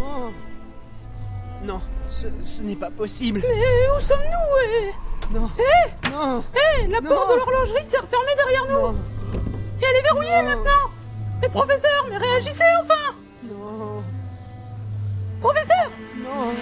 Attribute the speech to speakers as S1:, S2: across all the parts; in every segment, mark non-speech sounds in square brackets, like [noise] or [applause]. S1: Oh. Ce, ce n'est pas possible.
S2: Mais où sommes-nous eh
S1: Non.
S2: Eh
S1: Non.
S2: Eh La
S1: Non.
S2: porte de l'horlogerie s'est refermée derrière nous
S1: Non.
S2: Et elle est verrouillée
S1: Non.
S2: maintenant Mais professeur, mais réagissez enfin
S1: Non.
S2: Professeur
S1: Non.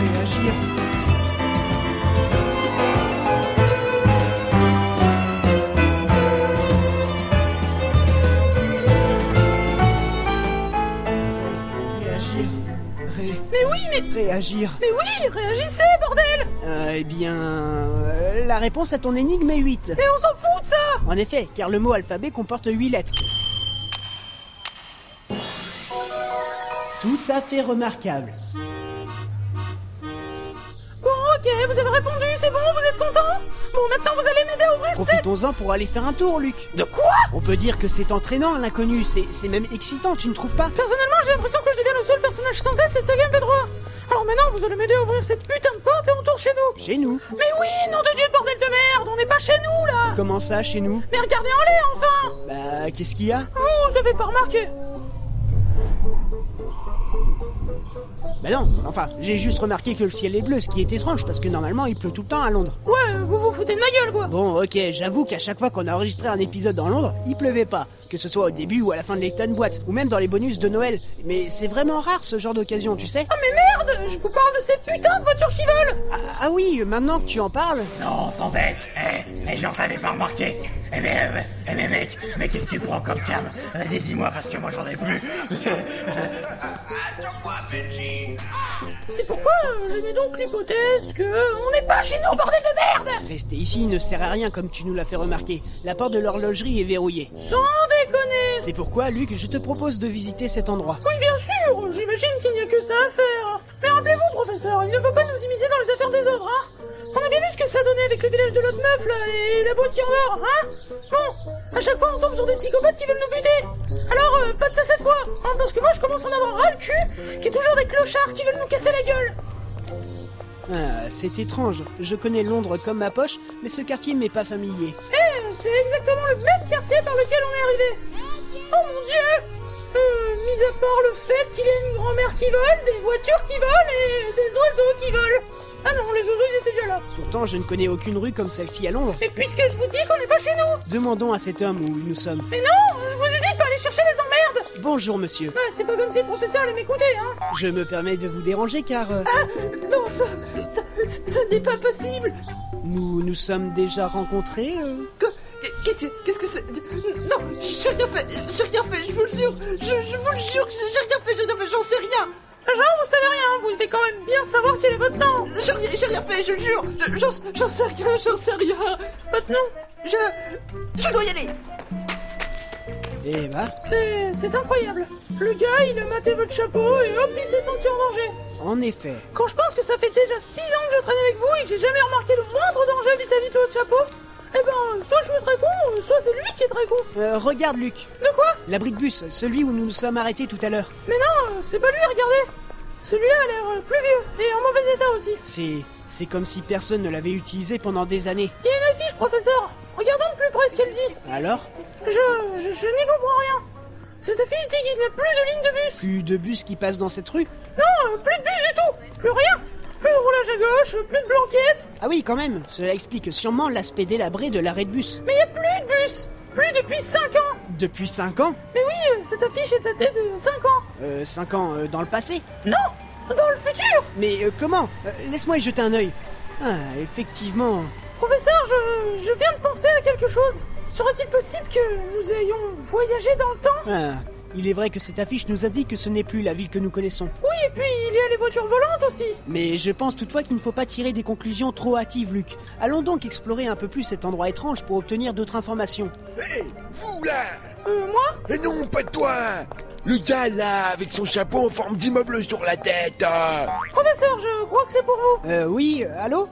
S1: Réagir. Ré- Réagir. Ré-
S2: Mais oui, mais...
S1: Réagir.
S2: Mais oui, réagissez, bordel
S1: Euh, eh bien, euh, la réponse à ton énigme est 8.
S2: Mais on s'en fout de ça
S1: En effet, car le mot alphabet comporte 8 lettres. Tout à fait remarquable.
S2: Bon, ok, vous avez répondu, c'est bon, vous êtes content Bon, maintenant vous allez m'aider à ouvrir cette...
S1: Profitons-en pour aller faire un tour, Luc.
S2: De quoi
S1: On peut dire que c'est entraînant, l'inconnu. C'est c'est même excitant, tu ne trouves pas
S2: Personnellement, j'ai l'impression que je deviens le seul personnage sans aide cette saga MP3 Alors maintenant, vous allez m'aider à ouvrir cette putain de porte et on tourne chez nous
S1: Chez nous.
S2: Mais oui, nom de Dieu de bordel de merde, on n'est pas chez nous, là
S1: Comment ça, chez nous
S2: Mais regardez en l'air, enfin
S1: Bah, qu'est-ce qu'il y a
S2: Vous, vous avez pas remarqué
S1: Bah non, enfin, j'ai juste remarqué que le ciel est bleu, ce qui est étrange, parce que normalement il pleut tout le temps à Londres.
S2: Ouais, vous vous foutez de ma gueule, quoi
S1: Bon, ok, j'avoue qu'à chaque fois qu'on a enregistré un épisode dans Londres, il pleuvait pas. Que ce soit au début ou à la fin de l'Ecton Boîte, ou même dans les bonus de Noël. Mais c'est vraiment rare ce genre d'occasion, tu sais
S2: Ah mais merde Je vous parle de ces putains de voitures qui volent
S1: ah, ah oui, maintenant que tu en parles,
S3: Non, sans bête Eh, eh, genre, t'avais pas remarqué Eh mais, euh, eh mais mec, mais qu'est-ce que tu prends comme cam Vas-y, dis-moi, parce que moi, j'en ai plus
S2: C'est pourquoi euh, je mets donc l'hypothèse que euh, on n'est pas chez nous, bordel de merde
S1: rester ici ne sert à rien comme tu nous l'as fait remarquer. La porte de l'horlogerie est verrouillée.
S2: Sans déconner
S1: C'est pourquoi, Luc, je te propose de visiter cet endroit.
S2: Oui bien sûr, j'imagine qu'il n'y a que ça à faire Mais rappelez-vous, professeur, il ne faut pas nous immiscer dans les affaires des autres, hein On a bien vu ce que ça donnait avec le village de l'autre meuf, là, et la boîte qui en dort, hein Bon, à chaque fois on tombe sur des psychopathes qui veulent nous buter Alors, euh, pas de ça cette fois, hein, parce que moi je commence à en avoir ras le cul, qu'il y a toujours des clochards qui veulent nous casser la gueule
S1: Ah, c'est étrange. Je connais Londres comme ma poche, mais ce quartier m'est pas familier.
S2: Eh, c'est exactement le même quartier par lequel on est arrivé. Oh mon dieu euh, Mis à part le fait qu'il y ait une grand-mère qui vole, des voitures qui volent et des oiseaux qui volent. Ah non, les oiseaux ils étaient déjà là.
S1: Pourtant, je ne connais aucune rue comme celle-ci à Londres.
S2: Et puisque je vous dis qu'on n'est pas chez nous
S1: Demandons à cet homme où nous sommes.
S2: Mais non Je vous ai dit de pas aller chercher les emmerdes
S1: Bonjour, monsieur.
S2: Ouais, C'est pas comme si le professeur allait m'écouter, hein
S1: Je me permets de vous déranger car euh,
S2: Non, ça, ça, ça n'est pas possible
S1: nous nous sommes déjà rencontrés. euh.
S4: Qu'est-ce qu'est-ce que c'est Non, j'ai rien fait, j'ai rien fait, je vous le jure, je, je vous le jure, j'ai j'ai rien fait, j'ai rien fait, j'en sais rien,
S2: Ah, Genre, vous savez rien, vous devez quand même bien savoir quel est votre nom
S4: j'ai rien, j'ai rien fait, je le jure, je- j'en j'en sais rien, j'en sais rien,
S2: Votre nom,
S4: je, je dois y aller.
S1: Eh bah,
S2: c'est c'est incroyable Le gars, il a maté votre chapeau et hop, il s'est senti en danger
S1: en effet.
S2: Quand je pense que ça fait déjà 6 ans que je traîne avec vous et que j'ai jamais remarqué le moindre danger vis-à-vis de votre chapeau, eh ben, soit je suis très con, soit c'est lui qui est très con.
S1: Euh, regarde, Luc.
S2: De quoi
S1: L'abri de bus, celui où nous nous sommes arrêtés tout à l'heure.
S2: Mais non, euh, c'est pas lui, regardez Celui-là a l'air euh, plus vieux et en mauvais état aussi.
S1: C'est c'est comme si personne ne l'avait utilisé pendant des années.
S2: Il y a une affiche, professeur Regardons de plus près ce qu'elle dit
S1: Alors,
S2: Je, je, je n'y comprends rien Cette affiche dit qu'il n'y a plus de ligne de bus
S1: plus de bus qui passent dans cette rue
S2: Non, euh, plus de bus du tout Plus rien Plus de roulage à gauche, plus de blanquette
S1: Ah oui, quand même. Cela explique sûrement l'aspect délabré de l'arrêt de bus.
S2: Mais il n'y a plus de bus Plus depuis 5 ans
S1: Depuis 5 ans
S2: Mais oui, euh, cette affiche est datée de 5 ans
S1: Euh, 5 ans euh, dans le passé
S2: Non Dans le futur
S1: Mais euh, comment Euh, Laisse-moi y jeter un œil. Ah, effectivement.
S2: Professeur, je, je viens de penser à quelque chose. Serait-il possible que nous ayons voyagé dans le temps
S1: Ah, il est vrai que cette affiche nous indique que ce n'est plus la ville que nous connaissons.
S2: Oui, et puis il y a les voitures volantes aussi.
S1: Mais je pense toutefois qu'il ne faut pas tirer des conclusions trop hâtives, Luc. Allons donc explorer un peu plus cet endroit étrange pour obtenir d'autres informations.
S5: Hé, vous là
S2: Euh, moi
S5: Et non, pas toi Le gars là, avec son chapeau en forme d'immeuble sur la tête euh.
S2: Professeur, je crois que c'est pour vous.
S1: Euh, oui, euh, allô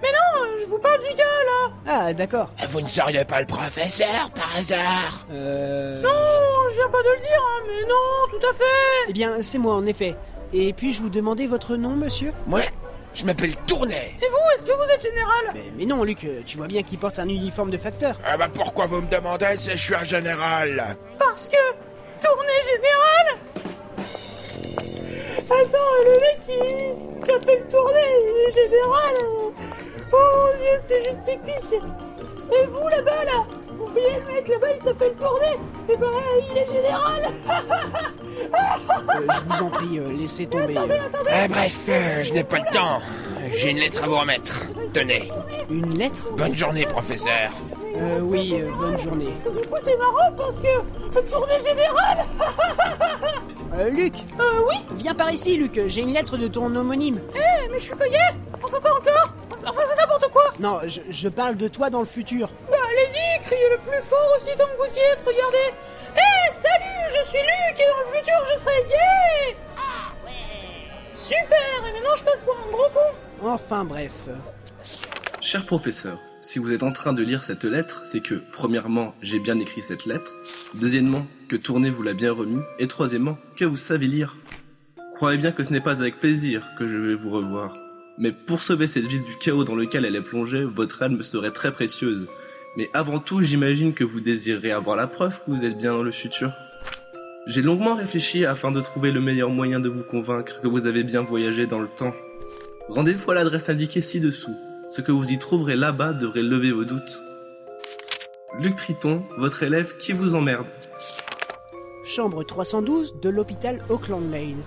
S2: Mais non, euh, je vous parle du gars là.
S1: Ah, d'accord.
S5: Vous ne seriez pas le professeur, par hasard
S1: Euh...
S2: Non, je viens pas de le dire, hein, mais non, tout à fait.
S1: Eh bien, c'est moi, en effet. Et puis-je vous demander votre nom, monsieur
S5: Moi, je m'appelle Tournet
S2: Et vous, est-ce que vous êtes général
S1: mais, mais non, Luc, euh, tu vois bien qu'il porte un uniforme de facteur.
S5: Ah bah pourquoi vous me demandez si je suis un général
S2: Parce que tournée générale. Attends, le mec qui s'appelle tournée il est général. Oh mon dieu, c'est juste épique. Et vous là-bas là, vous voyez le mec là-bas, il s'appelle tournée Et ben, il est général.
S1: Euh, je vous en prie, euh, laissez tomber. euh,
S5: Eh bref, euh, je n'ai pas le temps. J'ai une lettre à vous remettre. Tenez.
S1: une lettre
S5: Bonne journée, professeur.
S1: Euh, oui, euh, bonne journée.
S2: Du coup, c'est marrant parce que euh, tournée générale. [laughs]
S1: Euh, Luc
S2: Euh, oui.
S1: Viens par ici, Luc, euh, j'ai une lettre de ton homonyme.
S2: Eh, mais je suis payé Enfin, pas encore Enfin, c'est n'importe quoi
S1: Non, je, je parle de toi dans le futur.
S2: Bah, allez-y, criez le plus fort aussi tant que vous y êtes, regardez Eh, salut, je suis Luc et dans le futur, je serai gay Super Et maintenant, je passe pour un gros con
S1: Enfin bref. euh,
S6: Cher professeur, si vous êtes en train de lire cette lettre, c'est que, premièrement, j'ai bien écrit cette lettre, deuxièmement, que Tourné vous l'a bien remis, et troisièmement, que vous savez lire. Croyez bien que ce n'est pas avec plaisir que je vais vous revoir. Mais pour sauver cette ville du chaos dans lequel elle est plongée, votre aide me serait très précieuse. Mais avant tout, j'imagine que vous désirerez avoir la preuve que vous êtes bien dans le futur. J'ai longuement réfléchi afin de trouver le meilleur moyen de vous convaincre que vous avez bien voyagé dans le temps. Rendez-vous à l'adresse indiquée ci-dessous. Ce que vous y trouverez là-bas devrait lever vos doutes. Luc Triton, votre élève qui vous emmerde.
S1: Chambre 312 de l'hôpital Auckland Lane.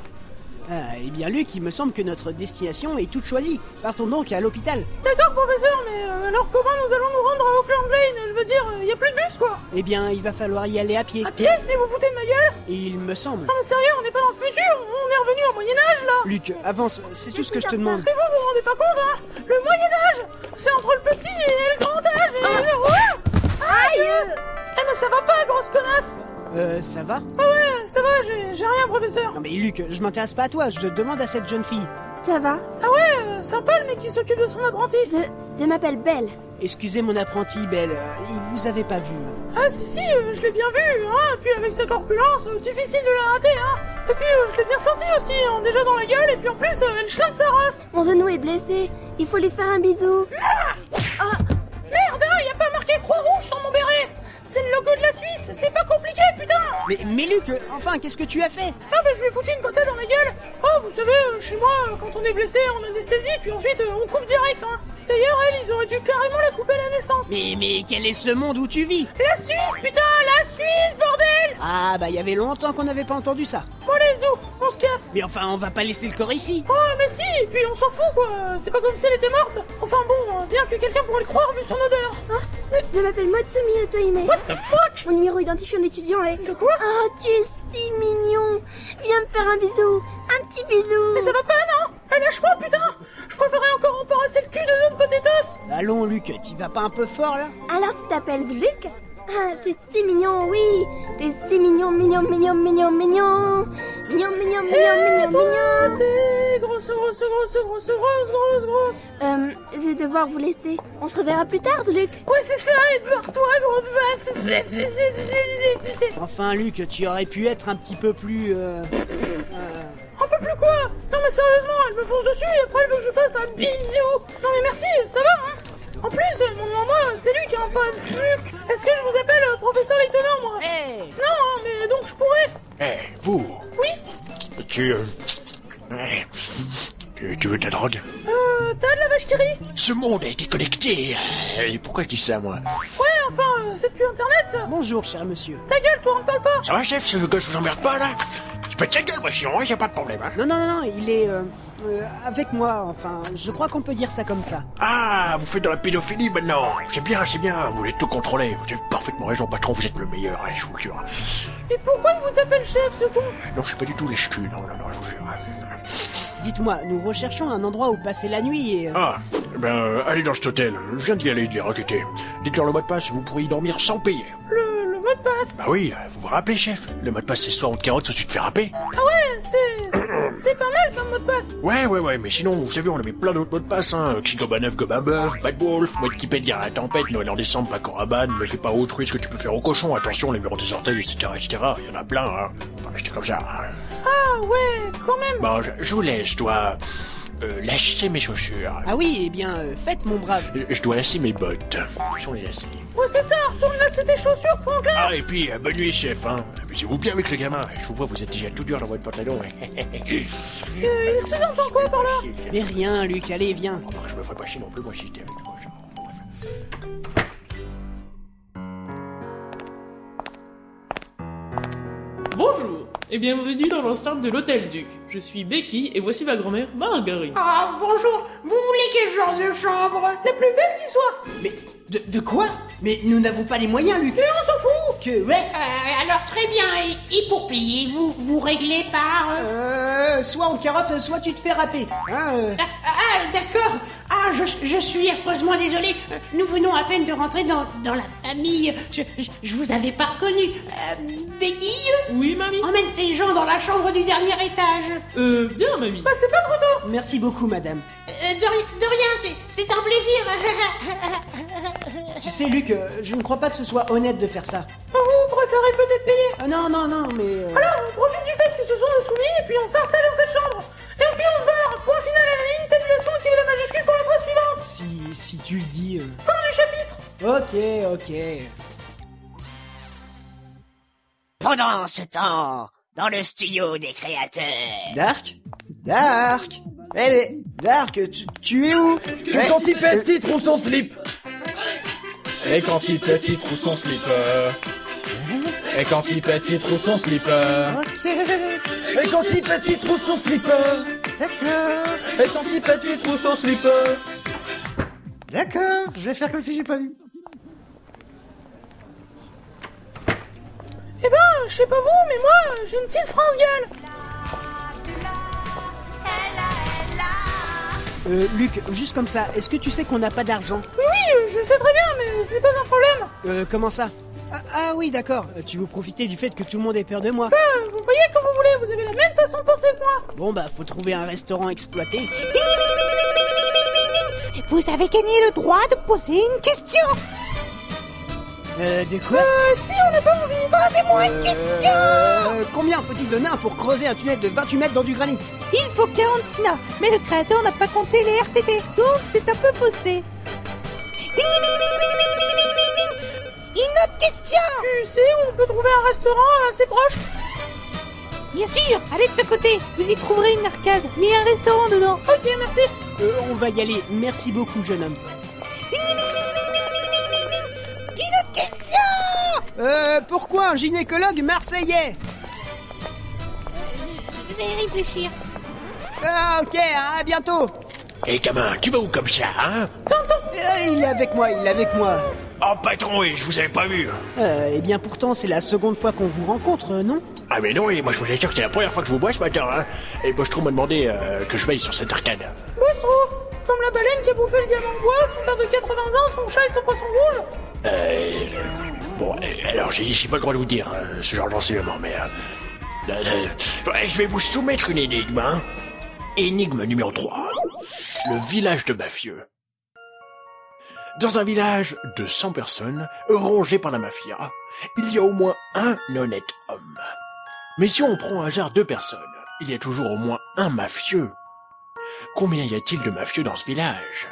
S1: Ah, eh bien Luc, il me semble que notre destination est toute choisie. Partons donc à l'hôpital.
S2: D'accord, professeur, mais euh, alors comment nous allons nous rendre à Auckland Lane Je veux dire, il y a plus de bus, quoi
S1: Eh bien, il va falloir y aller à pied.
S2: À pied Mais vous foutez de ma gueule
S1: Il me semble.
S2: Non, mais sérieux, on n'est pas dans le futur On est revenu au Moyen-Âge, là
S1: Luc, avance, c'est tout ce que je te demande.
S2: Mais vous, vous vous rendez pas compte, hein Le Moyen-Âge C'est entre le petit et le grand âge et... Ouais Aïe Eh mais ça va pas, grosse connasse
S1: Euh, ça va
S2: Euh, Ça va, j'ai j'ai rien, professeur.
S1: Non mais Luc, je m'intéresse pas à toi, je te demande à cette jeune fille.
S7: Ça va
S2: Euh, sympa le mec qui s'occupe de son apprenti.
S7: Je, je m'appelle Belle.
S1: Excusez mon apprenti, Belle, euh, il vous avait pas vu.
S2: Ah si, si, euh, je l'ai bien vu, hein Puis avec sa corpulence, euh, difficile de la rater, hein Et puis euh, je l'ai bien senti aussi, hein, déjà dans la gueule, et puis en plus, euh, elle schlingue sa race
S7: Mon genou est blessé. Il faut lui faire un bisou.
S2: Merde, hein, y a pas marqué Croix-Rouge sur mon béret C'est le logo de la Suisse, c'est pas compliqué, putain
S1: Mais, mais Luc, euh, enfin, qu'est-ce que tu as fait
S2: Ah bah je lui ai foutu une patate dans la gueule Oh vous savez, euh, chez moi, euh, quand on est blessé, on anesthésie, puis ensuite euh, on coupe direct hein D'ailleurs, elle, ils auraient dû carrément la couper à la naissance
S1: Mais, mais quel est ce monde où tu vis
S2: La Suisse, putain, la Suisse, bordel
S1: Ah bah, il y avait longtemps qu'on n'avait pas entendu ça.
S2: Bon les os, on se casse
S1: Mais enfin, on va pas laisser le corps ici.
S2: Oh mais si, et puis on s'en fout quoi C'est pas comme si elle était morte Enfin bon, euh, bien que quelqu'un pourrait le croire vu son odeur
S7: Je m'appelle Matsumi Otohime.
S2: What the fuck
S7: Mon numéro identifiant d'étudiant est...
S2: De quoi
S7: Oh, tu es si mignon. Viens me faire un bisou. Un petit bisou.
S2: Mais ça va pas, non Eh, lâche-moi, putain Je préférais encore embarrasser le cul de notre potatoes
S1: Allons, Luc, t'y vas pas un peu fort là
S7: Alors tu t'appelles Luc Ah, t'es si mignon, oui T'es si mignon, mignon, mignon, mignon, mignon Mignon, mignon, mignon,
S2: Eh,
S7: mignon, Ah, mignon
S2: T'es grosse, grosse, grosse, grosse, grosse, grosse, grosse
S7: Euh, je vais devoir vous laisser. On se reverra plus tard, Luc
S2: Ouais, c'est ça, et barre-toi, grosse vase
S1: Enfin, Luc, tu aurais pu être un petit peu plus. euh, euh,
S2: Un peu plus quoi Non mais sérieusement, elle me fonce dessus et après elle veut que je fasse un bisou Non mais merci, ça va hein En plus, euh, mon nom, moi, c'est Luc, hein, pas Luc Est-ce que je vous appelle euh, professeur étonnant, moi
S1: Hey
S2: Non, hein, mais donc je pourrais
S5: Eh, vous
S2: Oui
S5: Tu... euh, Tu, tu veux de la drogue
S2: Euh, t'as de la vache qui rit
S5: Ce monde a été connecté. Et pourquoi je dis ça, moi
S2: Ouais, enfin, euh, c'est depuis internet ça
S1: Bonjour, cher monsieur.
S2: Ta gueule, toi, on ne parle pas
S5: Ça va, chef Ce gars, je vous emmerde pas, là Je pète la gueule, moi, sinon, hein, y a pas de problème, hein
S1: Non, non, non, non, il est. euh, euh, avec moi, enfin, je crois qu'on peut dire ça comme ça.
S5: Ah, vous faites de la pédophilie, maintenant C'est bien, c'est bien, vous voulez tout contrôler. Vous avez parfaitement raison, patron, vous êtes le meilleur, hein, je vous le jure.
S2: Et pourquoi il vous appelle chef, ce con
S5: Non, je suis pas du tout l'escu, non, non, non, je vous jure. hein.
S1: Dites-moi, nous recherchons un endroit où passer la nuit et. euh,
S5: Ah, eh ben, euh, allez dans cet hôtel. Je viens d'y aller, dire, inquiétez. Dites-leur le mot de passe, vous pourrez y dormir sans payer.
S2: le, le mot de passe.
S5: Bah oui, vous vous rappelez, chef Le mot de passe, c'est soit on te carotte, soit tu te fais râper.
S2: Ah ouais, c'est. C'est pas mal comme mot de passe.
S5: Ouais, ouais, ouais, mais sinon, vous savez, on avait plein d'autres mots de passe, hein. Qui gobe à neuf, gobe à bœuf, bad wolf, mode qui pète, guerre à la tempête, Noël en décembre, pas Coraban, mais c'est pas autrui ce que tu peux faire au cochon, attention, les murs des orteils, etc., etc. Il y en a plein, hein. Faut pas rester comme ça. hein.
S2: Ah ouais, quand même.
S5: Bon, je, je vous laisse, je dois... euh, lâcher mes chaussures.
S1: Ah oui, eh bien, euh, faites mon brave.
S5: Je je dois lasser mes bottes. Où sont les lacets
S2: Ouais, c'est ça, retourne là, c'est tes chaussures, Franklin.
S5: Ah, et puis, euh, bonne nuit, chef, hein. Amusez-vous bien avec le gamin. Je vous vois, vous êtes déjà tout dur dans votre pantalon. [laughs]
S2: Euh, il sous-entend quoi par là
S1: Mais rien, Luc, allez, viens.
S5: Enfin, je me ferais pas chier non plus, moi, si j'étais avec toi. je- bon, bref.
S8: Bonjour Eh et bienvenue dans l'enceinte de l'Hôtel Duc. Je suis Becky et voici ma grand-mère Marguerite.
S4: Ah, bonjour, vous voulez quel genre de chambre
S2: La plus belle qui soit.
S1: Mais de, de quoi Mais nous n'avons pas les moyens, Luc.
S2: Mais on s'en fout.
S1: Que ouais
S9: Euh, alors très bien, et, et pour payer, vous vous réglez par... euh,
S1: Euh, soit on te carotte, soit tu te fais râper. Hein, euh,
S9: Ah, ah, d'accord Ah, je, je suis affreusement désolé, Euh, nous venons à peine de rentrer dans, dans la famille, je, je, je vous avais pas reconnu. Euh, Béguille,
S8: Oui, mamie
S9: emmène ces gens dans la chambre du dernier étage.
S8: Euh, bien, mamie.
S2: Bah, c'est pas trop tôt.
S1: Merci beaucoup, madame.
S9: Euh, de, ri- de rien, c'est- c'est un plaisir. [laughs]
S1: Tu sais, Luc, euh, je ne crois pas que ce soit honnête de faire ça.
S2: Bon, Vous préférez peut-être payer.
S1: Ah non, non, non, mais... euh,
S2: Alors, on profite du fait que ce sont des soumis et puis on s'installe dans cette chambre. Et puis on se barre. Point final à la ligne, tabulation activez la majuscule pour la phrase
S1: Si,
S2: suivante.
S1: si tu le dis... euh.
S2: Fin du chapitre.
S1: Ok, ok.
S10: Pendant ce temps, dans le studio des créateurs.
S1: Dark Dark Eh mais, Dark, tu, tu es où Ouais,
S11: Quand il petit trouve son slip Et quand il petit trouve son slipper Et quand il petit trouve son slipper
S1: Ok,
S11: Et quand il petit trouve son slipper
S1: d'accord,
S11: Et quand il petit trouve son slipper
S1: d'accord, je vais faire comme si j'ai pas vu.
S2: Eh ben, je sais pas vous, mais moi, euh, j'ai une petite France gueule.
S1: Euh, Luc, juste comme ça, est-ce que tu sais qu'on n'a pas d'argent
S2: Oui, oui, euh, je sais très bien, mais ce n'est pas un problème.
S1: Euh, comment ça ah, ah oui, d'accord, Euh, tu veux profiter du fait que tout le monde ait peur de moi
S2: Euh, vous voyez comme vous voulez, vous avez la même façon de penser que moi.
S1: Bon bah, faut trouver un restaurant exploité.
S7: Vous avez gagné le droit de poser une question
S1: Euh, de quoi
S2: Euh, si, on n'a pas envie.
S7: Posez-moi une question
S1: Euh, Combien faut-il de nains pour creuser un tunnel de 28 mètres dans du granit
S7: Il faut 40 sina, mais le créateur n'a pas compté les RTT, donc c'est un peu faussé. Une autre question
S2: Tu sais, on peut trouver un restaurant assez proche.
S7: Bien sûr, allez de ce côté, vous y trouverez une arcade, mais un restaurant dedans.
S2: Ok, merci.
S1: Euh, on va y aller, merci beaucoup, jeune homme.
S7: Une autre question
S1: Euh, pourquoi un gynécologue marseillais
S7: Je vais y réfléchir.
S1: Ah, ok, à bientôt
S5: Hé, gamin, tu vas où comme ça, hein
S1: Euh, Il est avec moi, il est avec moi.
S5: Oh, patron, oui, je vous avais pas vu. hein.
S1: Euh, eh bien pourtant, c'est la seconde fois qu'on vous rencontre, euh, non
S5: Ah, mais non, et moi, je vous assure que c'est la première fois que je vous vois ce matin, hein. Et Bostrom m'a demandé euh, que je veille sur cette arcade.
S2: Bostro, comme la baleine qui a bouffé le gamin de bois, son père de 80 ans, son chat et son poisson rouge.
S5: Euh, bon, euh, alors, j'ai j'ai pas le droit de vous dire euh, ce genre d'enseignement, mais... euh, là, là, ouais, je vais vous soumettre une énigme, hein. Énigme numéro 3. Le village de mafieux. Dans un village de 100 personnes, rongé par la mafia, il y a au moins un honnête homme. Mais si on prend au hasard deux personnes, il y a toujours au moins un mafieux. Combien y a-t-il de mafieux dans ce village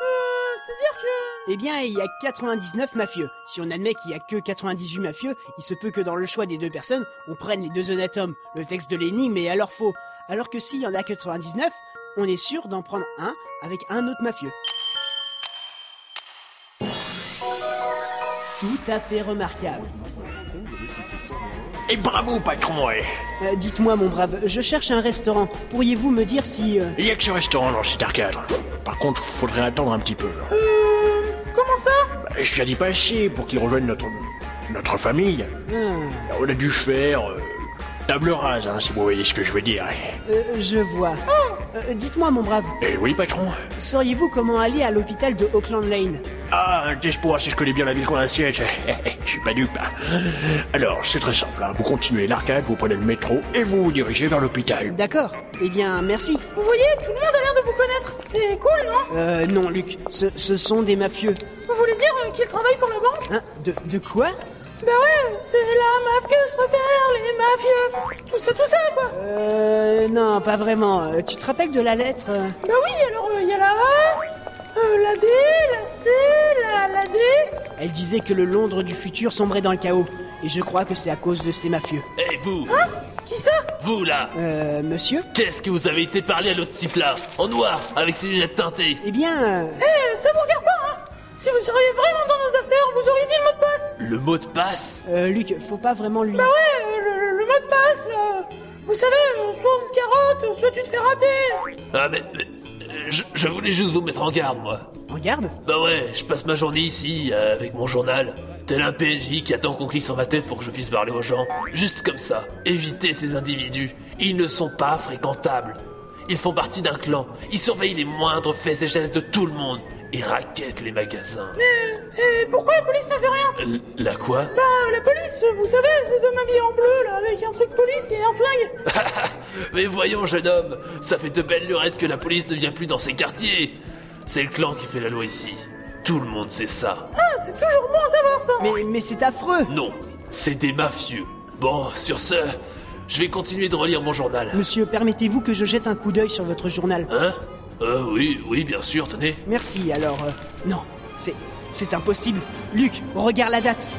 S2: Euh, C'est-à-dire que...
S1: Eh bien, il y a 99 mafieux. Si on admet qu'il y a que 98 mafieux, il se peut que dans le choix des deux personnes, on prenne les deux honnêtes hommes. Le texte de l'énigme est alors faux. Alors que s'il y en a 99, on est sûr d'en prendre un avec un autre mafieux. Tout à fait remarquable.
S5: Et Eh, bravo, patron, ouais.
S1: Euh, Dites-moi, mon brave, je cherche un restaurant. Pourriez-vous me dire si... euh,
S5: Il y a que ce restaurant dans cette arcade. Par contre, faudrait attendre un petit peu.
S2: Euh, Comment ça
S5: Et je lui ai dit pas
S2: Hmm.
S5: chier pour qu'il rejoigne notre notre famille.
S1: hum,
S5: On a dû faire euh, Table rase, hein, si vous voyez ce que je veux dire.
S1: Euh, je vois. Euh, Dites-moi, mon brave,
S5: Eh oui, patron
S1: sauriez-vous comment aller à l'hôpital de Auckland Lane
S5: Ah, qu'est-ce pour si je connais bien la ville qu'on assiège [laughs] Je suis pas dupe. hein. Alors, c'est très simple. hein. Vous continuez l'arcade, vous prenez le métro et vous vous dirigez vers l'hôpital.
S1: D'accord. Eh bien, merci.
S2: Vous voyez, tout le monde a l'air de vous connaître. C'est cool, non
S1: Euh, non, Luc, ce, ce sont des mafieux.
S2: Vous voulez dire euh, qu'ils travaillent pour la banque
S1: Hein De, de quoi
S2: Bah ouais, c'est la maf que je préfère, les mafieux. Tout ça, tout ça, quoi.
S1: Euh, non, pas vraiment. Euh, Tu te rappelles de la lettre euh
S2: Bah oui, alors il y a la A, euh, la D, la C, la, la D.
S1: Elle disait que le Londres du futur sombrait dans le chaos. Et je crois que c'est à cause de ces mafieux.
S12: Et vous
S2: Qui ça
S12: Vous là
S1: Euh, monsieur
S12: Qu'est-ce que vous avez été parler à l'autre type là En noir, avec ses lunettes teintées
S1: Eh bien... euh,
S2: Eh, ça vous regarde pas, hein Si vous seriez vraiment dans nos affaires, vous auriez dit le mot de passe.
S12: Le mot de passe
S1: Euh, Luc, faut pas vraiment lui...
S2: Bah ouais, euh, le, le- le mot de passe, là. Vous savez, euh, soit on te carotte, soit tu te fais râper.
S12: Ah mais... mais, euh, Je, je voulais juste vous mettre en garde moi.
S1: Regarde
S12: Bah ouais, je passe ma journée ici, euh, avec mon journal. Tel un PNJ qui attend qu'on clique sur ma tête pour que je puisse parler aux gens. Juste comme ça. Évitez ces individus. Ils ne sont pas fréquentables. Ils font partie d'un clan. Ils surveillent les moindres faits et gestes de tout le monde. Et raquettent les magasins.
S2: Et pourquoi la police ne fait rien
S12: L- la quoi [laughs]
S2: Bah, euh, la police, euh, vous savez, ces hommes habillés en bleu, là, avec un truc police et un flingue.
S12: Mais voyons, jeune homme, ça fait de belles lurettes que la police ne vient plus dans ces quartiers. C'est le clan qui fait la loi ici. Tout le monde sait ça.
S2: Ah, c'est toujours bon à savoir, ça.
S1: Mais, mais c'est affreux
S12: Non, c'est des mafieux. Bon, sur ce, je vais continuer de relire mon journal.
S1: Monsieur, permettez-vous que je jette un coup d'œil sur votre journal
S12: Hein Euh, oui, oui, bien sûr, tenez.
S1: Merci, alors... euh, Non, c'est... C'est impossible. Luc, regarde la date.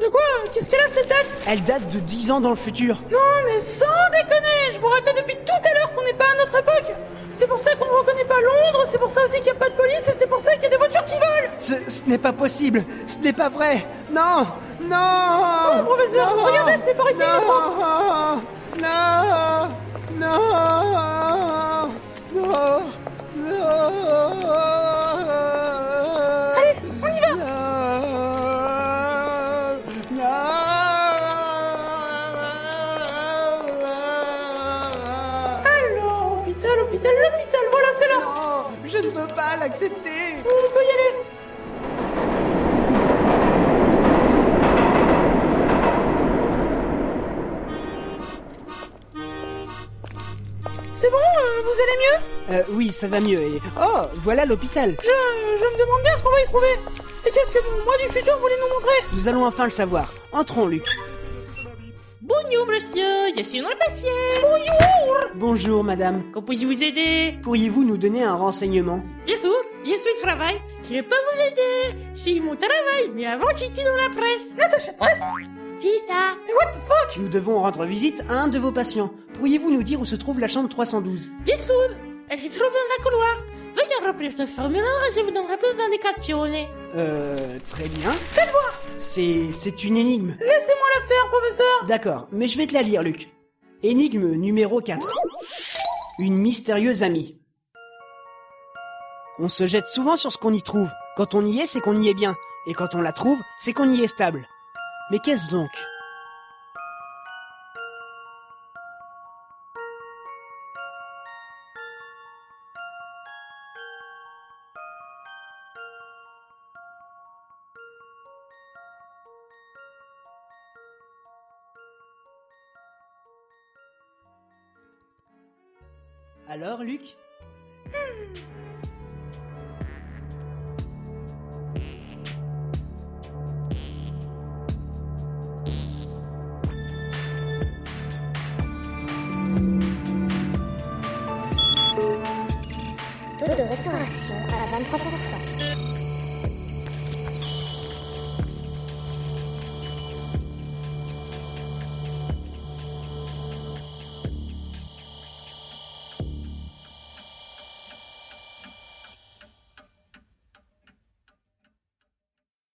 S2: De quoi euh, Qu'est-ce qu'elle a, cette tête
S1: Elle date de 10 ans dans le futur.
S2: Non, mais sans déconner, je vous répète depuis tout à l'heure qu'on n'est pas à notre époque. C'est pour ça qu'on ne reconnaît pas Londres, c'est pour ça aussi qu'il n'y a pas de police et c'est pour ça qu'il y a des voitures qui volent.
S1: Ce, ce n'est pas possible. Ce n'est pas vrai. Non, non.
S2: Oh, professeur,
S1: non,
S2: regardez, c'est par ici, je
S1: Non, non, non, non, non.
S2: Allez, on y va. Alors, hôpital, hôpital, l'hôpital, voilà, c'est là.
S1: Non, je ne peux pas l'accepter.
S2: On peut y aller. C'est bon, euh, vous allez mieux
S1: Euh, oui, ça va mieux. Et... Oh, voilà l'hôpital.
S2: je, je me demande bien ce qu'on va y trouver. Et qu'est-ce que vous, moi du futur voulez nous montrer
S1: Nous allons enfin le savoir. Entrons, Luc.
S13: Bonjour monsieur, je suis une patiente.
S1: Bonjour, madame.
S13: Comment puis-je vous aider
S1: Pourriez-vous nous donner un renseignement
S13: Bien sûr, je suis au travail. Je peux vous aider. J'ai mon travail, mais avant j'étais dans la presse.
S2: L'attaché de presse
S13: C'est ça.
S2: Mais what the fuck
S1: Nous devons rendre visite à un de vos patients. Pourriez-vous nous dire où se trouve la chambre 312
S13: Bien sûr, elle se trouve dans la couloir. Veuillez remplir ce formulaire et je vous donnerai plus d'indications.
S1: Euh, très bien. Faites voir C'est... c'est une énigme.
S2: Laissez-moi la faire, professeur
S1: D'accord, mais je vais te la lire, Luc. Énigme numéro 4. Une mystérieuse amie. On se jette souvent sur ce qu'on y trouve. Quand on y est, c'est qu'on y est bien. Et quand on la trouve, c'est qu'on y est stable. Mais qu'est-ce donc Alors, Luc
S14: Taux de restauration à 23%.